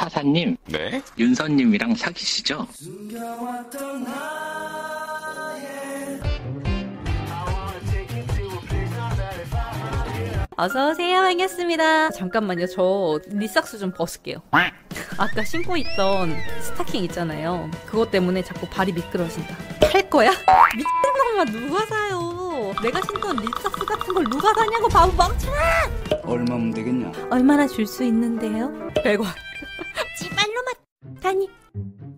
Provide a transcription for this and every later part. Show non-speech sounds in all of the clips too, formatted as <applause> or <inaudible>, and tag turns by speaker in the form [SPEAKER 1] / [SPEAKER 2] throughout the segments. [SPEAKER 1] 사사님,
[SPEAKER 2] 네?
[SPEAKER 1] 윤서님이랑 사귀시죠?
[SPEAKER 3] 어서오세요. 반갑습니다. 잠깐만요. 저 리삭스 좀 벗을게요. 아까 신고 있던 스타킹 있잖아요. 그것 때문에 자꾸 발이 미끄러진다. 팔 거야? 미친놈아, 누가 사요? 내가 신던 리삭스 같은 걸 누가 사냐고 바보 망치나!
[SPEAKER 4] 얼마면 되겠냐?
[SPEAKER 3] 얼마나 줄 수 있는데요? 100원. 지발로만 다니.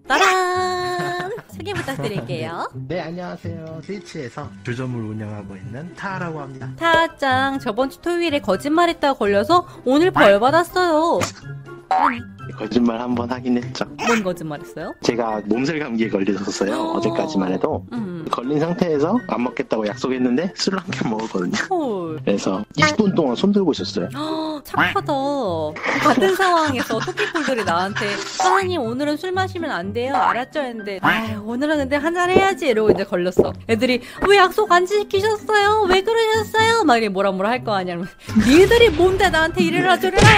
[SPEAKER 3] 따란! 소개 부탁드릴게요.
[SPEAKER 5] 네, 안녕하세요. 스위치에서 주점을 운영하고 있는 타라고 합니다.
[SPEAKER 3] 타짱, 저번 주 토요일에 거짓말했다 걸려서 오늘 벌 받았어요.
[SPEAKER 1] 거짓말 한 번 하긴 했죠.
[SPEAKER 3] 뭔 거짓말했어요?
[SPEAKER 1] 제가 몸살 감기에 걸렸었어요.
[SPEAKER 3] 어.
[SPEAKER 1] 어제까지만 해도.
[SPEAKER 3] 음.
[SPEAKER 1] 걸린 상태에서 안 먹겠다고 약속했는데 술한캔 먹었거든요.
[SPEAKER 3] 헐.
[SPEAKER 1] 그래서 20분 동안 손 들고 있었어요.
[SPEAKER 3] 헉, 아, 착하다. 같은 상황에서 토끼폴들이 나한테 사장님 오늘은 술 마시면 안 돼요. 알았죠? 했는데 아유, 오늘은 근데 한잔 해야지 이러고 이제 걸렸어. 애들이 왜 약속 안 지키셨어요? 왜 그러셨어요? 막 이래 뭐라 뭐라 할 거 아니야. 이러면서 니들이 뭔데 나한테 이래라 저래라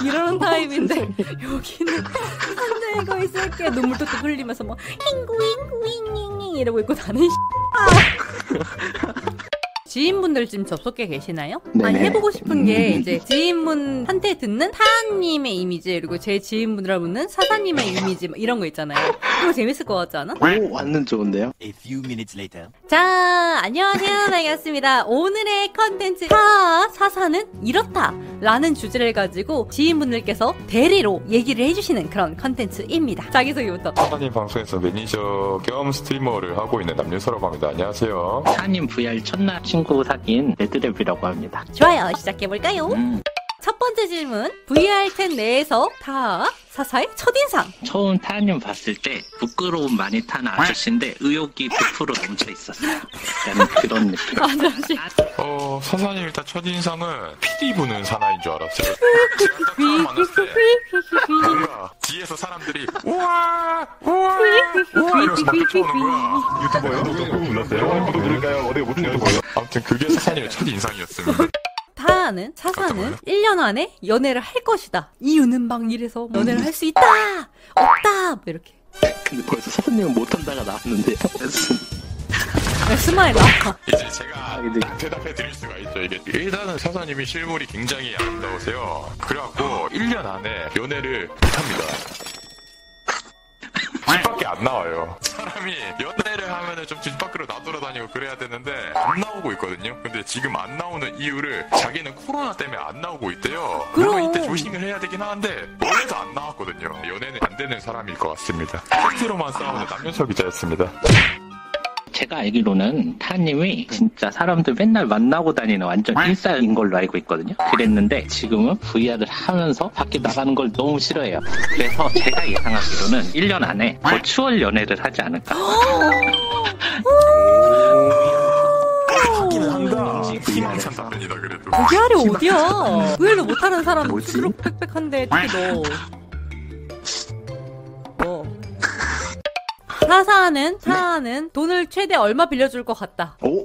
[SPEAKER 3] <laughs> 이러는 타입인데 여기는 한잔 이거 있을게 눈물 뚝뚝 흘리면서 막 잉구 잉구 잉잉잉 이러고 있고 나는 <laughs> 지인분들 지금 접속해 계시나요?
[SPEAKER 1] 네네.
[SPEAKER 3] 아니 해보고 싶은 게 이제 지인분한테 듣는 사님의 이미지 그리고 제 지인분들 듣는 사사님의 이미지 막 이런 거 있잖아요. 그거 재밌을 것 같지 않아?
[SPEAKER 1] 오, 완전 좋은데요?
[SPEAKER 3] 자 안녕하세요 반갑습니다. 오늘의 컨텐츠 사 사사는 이렇다라는 주제를 가지고 지인분들께서 대리로 얘기를 해주시는 그런 컨텐츠입니다. 자기소개부터.
[SPEAKER 2] 사장님 방송에서 매니저 겸 스트리머를 하고 있는 남녀서로방입니다. 안녕하세요.
[SPEAKER 1] 사님 VR 첫날 친구 사귄 레드랩이라고 합니다.
[SPEAKER 3] 좋아요 시작해볼까요?
[SPEAKER 1] 음,
[SPEAKER 3] 첫 번째 질문 VR10 내에서 다 사사의 첫인상
[SPEAKER 1] 처음 타님 봤을 때 부끄러움 많이 타는 아저씨인데 의욕이 100% 넘쳐 있었어요. 약간 그런 느낌.
[SPEAKER 3] 아저씨
[SPEAKER 2] 어, 사장님 일단 첫인상은 PD 부는 사나이인 줄 알았어요. 제가 딱 처음 만났을 때 뭔가 뒤에서 사람들이 우와! 우와! 우와! 이러면서 막 쫓아오는 거야. 유튜버요?
[SPEAKER 6] 불렀어요? 못 들을까요? 어디가 못 들을까요?
[SPEAKER 2] 아무튼 그게 사장님의 첫인상이었습니다.
[SPEAKER 3] 타는 사사는 1년 안에 연애를 할 것이다 이유는 방 이래서 연애를 할 수 있다 없다 뭐 이렇게
[SPEAKER 1] 근데 벌써 사장님은 못한다가 나왔는데. <laughs>
[SPEAKER 3] 야, 스마일 아
[SPEAKER 2] 이제 제가
[SPEAKER 1] 근데-
[SPEAKER 2] 딱 대답해 드릴 수가 있죠. 이게 일단은 사사님이 실물이 굉장히 아름다우세요. 그래갖고 1년 안에 연애를 못합니다. 집 밖에 안 나와요. 사람이 연애를 하면은 좀 집 밖으로 나돌아다니고 그래야 되는데 안 나오고 있거든요. 근데 지금 안 나오는 이유를 자기는 코로나 때문에 안 나오고 있대요.
[SPEAKER 3] 그럼.
[SPEAKER 2] 물론 이때 조심을 해야 되긴 하는데 원래도 안 나왔거든요. 연애는 안 되는 사람일 것 같습니다. 팩트로만 싸우는 남윤석 기자였습니다.
[SPEAKER 1] 제가 알기로는 타님이 진짜 사람들 맨날 만나고 다니는 완전 일사인 걸로 알고 있거든요. 그랬는데 지금은 VR을 하면서 밖에 나가는 걸 너무 싫어해요. 그래서 제가 예상하기로는 1년 안에 버추얼 연애를 하지 않을까.
[SPEAKER 2] 하기는 한다. 희망찬 답변이다 그래도.
[SPEAKER 3] VR이 어디야 의외로 못하는 사람 스스로 빽빽한데 특히 너 뭐. 사사는 사는 돈을 최대 얼마 빌려줄 것 같다
[SPEAKER 1] 오?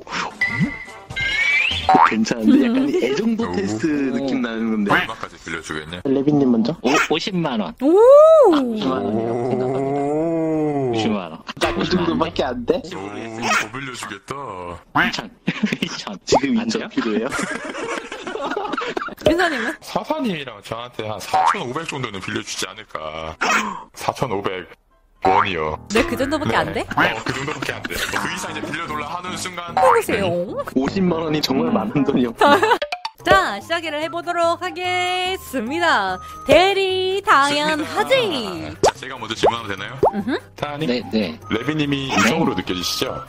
[SPEAKER 1] 괜찮은데? 약간 애정도 테스트 느낌 나는 건데.
[SPEAKER 2] 얼마까지 빌려주겠냐?
[SPEAKER 1] 레빈님 먼저? 오, 50만원.
[SPEAKER 3] 오
[SPEAKER 1] 50만원이라고 생각합니다. 50만원. 아까 그 정도밖에 안 돼?
[SPEAKER 2] 더 빌려주겠다.
[SPEAKER 1] <laughs> 2천. 2천. 지금 2천 필요해요?
[SPEAKER 3] 윤서님은?
[SPEAKER 2] 사사님이랑 저한테 한 4,500 정도는 빌려주지 않을까. 4,500 원이요.
[SPEAKER 3] 내 그 정도밖에 안 돼?
[SPEAKER 2] 어, 그 정도밖에 안 돼. 그 이상 이제 빌려달라 하는 순간.
[SPEAKER 3] 해보세요
[SPEAKER 1] 50만원이 정말 많은 돈이었고.
[SPEAKER 3] 자, 시작을 해보도록 하겠습니다. 대리 당연하지.
[SPEAKER 2] 자, 제가 먼저 질문하면 되나요? 타니
[SPEAKER 1] 네, 네.
[SPEAKER 2] 레비님이 이성으로 느껴지시죠?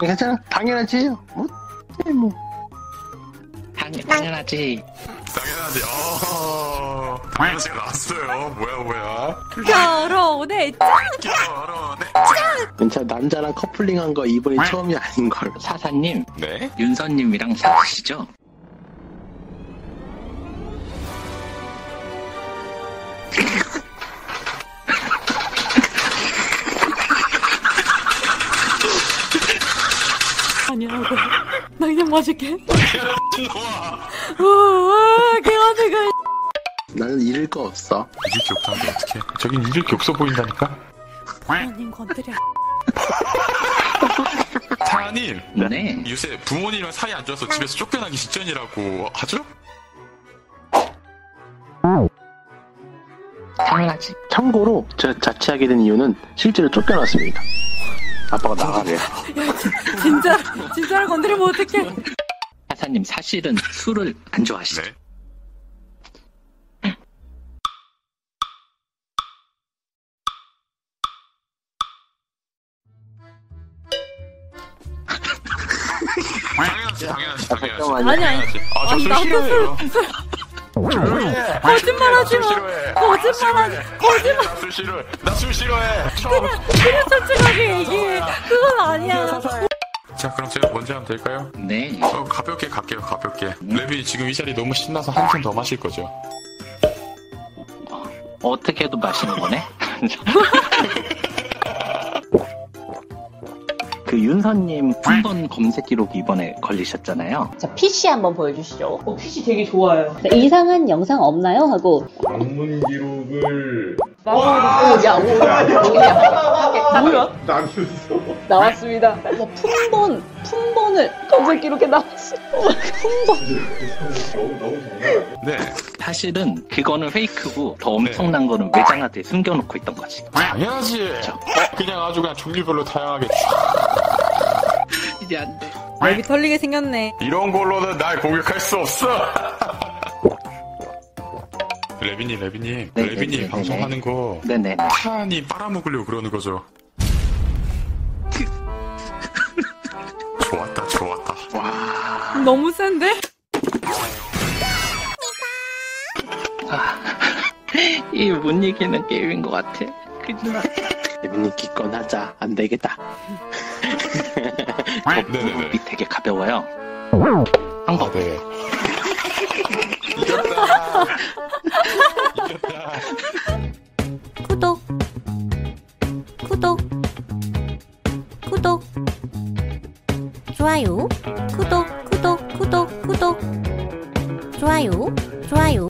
[SPEAKER 5] 괜찮아? 당연하지. 뭐, 네, 뭐.
[SPEAKER 1] 당, 당연하지.
[SPEAKER 2] 당연하지. 어, 당연하지 나왔어요. 뭐야 뭐야.
[SPEAKER 3] 결혼해.
[SPEAKER 2] 결혼해.
[SPEAKER 1] 괜찮아. 남자랑 커플링 한 거 이번이 처음이 아닌걸. 사사님,
[SPEAKER 2] 네.
[SPEAKER 1] 윤서님이랑 사귀시죠?
[SPEAKER 3] 아니라고. 나 그냥 마실게.
[SPEAKER 2] 우와.
[SPEAKER 3] 우와, 개가 되가.
[SPEAKER 1] 나는 잃을 거 없어.
[SPEAKER 2] 잊을 게 없다는데 어떻게? 저긴 잊을 게 없어 보인다니까.
[SPEAKER 3] 부모님 건드려.
[SPEAKER 2] 사님
[SPEAKER 1] 네.
[SPEAKER 2] 요새 부모님이랑 사이 안 좋아서 집에서 쫓겨나기 직전이라고 하죠?
[SPEAKER 1] 당연하지.
[SPEAKER 7] 참고로 제가 자취하게 된 이유는 실제로 쫓겨났습니다. 아빠가 나가래.
[SPEAKER 3] 진짜 진짜를 건드리면 어떡해?
[SPEAKER 1] 사사님 사실은 술을 안 좋아하시죠?
[SPEAKER 2] 네. 당연하지, 당연하지, 당연하지.
[SPEAKER 7] 걱정
[SPEAKER 3] 아니 아니.
[SPEAKER 2] 아, 저
[SPEAKER 3] 아니
[SPEAKER 2] 술
[SPEAKER 3] 나도
[SPEAKER 2] 싫어해요.
[SPEAKER 3] 술, 술
[SPEAKER 2] 조용히 해.
[SPEAKER 3] 거짓말하지
[SPEAKER 2] 술
[SPEAKER 3] 마.
[SPEAKER 2] 싫어해.
[SPEAKER 3] 거짓말하지.
[SPEAKER 2] 거짓말. 아, 나술 싫어해. 나 술 싫어해.
[SPEAKER 3] 그냥 솔직하게 얘기해. 그건 아니야.
[SPEAKER 2] 자, 그럼 제가 먼저 하면 될까요?
[SPEAKER 1] 네.
[SPEAKER 2] 어, 가볍게 갈게요, 가볍게. 랩이 지금 이 자리 너무 신나서 한 캔 더 마실 거죠?
[SPEAKER 1] 어떻게 해도 마시는 <laughs> 거네? 그 윤서님 품번 검색 기록 이번에 걸리셨잖아요.
[SPEAKER 8] 자, PC 한번 보여주시죠.
[SPEAKER 9] 어, PC 되게 좋아요.
[SPEAKER 8] 자, 이상한 영상 없나요? 하고
[SPEAKER 6] 방문 기록을
[SPEAKER 8] 오, 야, 오, 야, 뭐야?
[SPEAKER 6] 남겨주소.
[SPEAKER 8] 나왔습니다. 뭐 품번, 품번을 검색 기록에 나왔어. 품번.
[SPEAKER 6] 너무 너무 장난.
[SPEAKER 2] 네.
[SPEAKER 1] 사실은 그거는 페이크고 더 엄청난 거는 외장하드에 숨겨놓고 있던 거지.
[SPEAKER 2] 당연하지. 어, 그냥 아주 그냥 종류별로 다양하게. 촤악.
[SPEAKER 1] 이제 안 돼.
[SPEAKER 3] 여기 아, 털리게 생겼네.
[SPEAKER 2] 이런 걸로는 날 공격할 수 없어. <laughs> 레비님, 레비님,
[SPEAKER 1] 네,
[SPEAKER 2] 레비님
[SPEAKER 1] 네, 네,
[SPEAKER 2] 방송하는 거
[SPEAKER 1] 네네.
[SPEAKER 2] 타니 빨아먹으려고 그러는 거죠.
[SPEAKER 1] 그
[SPEAKER 2] 좋았다, 좋았다.
[SPEAKER 1] 어,
[SPEAKER 3] 너무 센데?
[SPEAKER 1] 이 못 이기는 게임인 것 같아. 그지만
[SPEAKER 7] 대빈님 기권하자. 안 되겠다.
[SPEAKER 2] 네네네.
[SPEAKER 1] 무릎이 되게 가벼워요. 어. 한
[SPEAKER 2] 아,
[SPEAKER 1] 거.
[SPEAKER 2] 네. 이겼다. 이겼다.
[SPEAKER 3] 구독. 구독. 구독. 좋아요. 구독, 구독, 구독, 구독. 좋아요. 좋아요.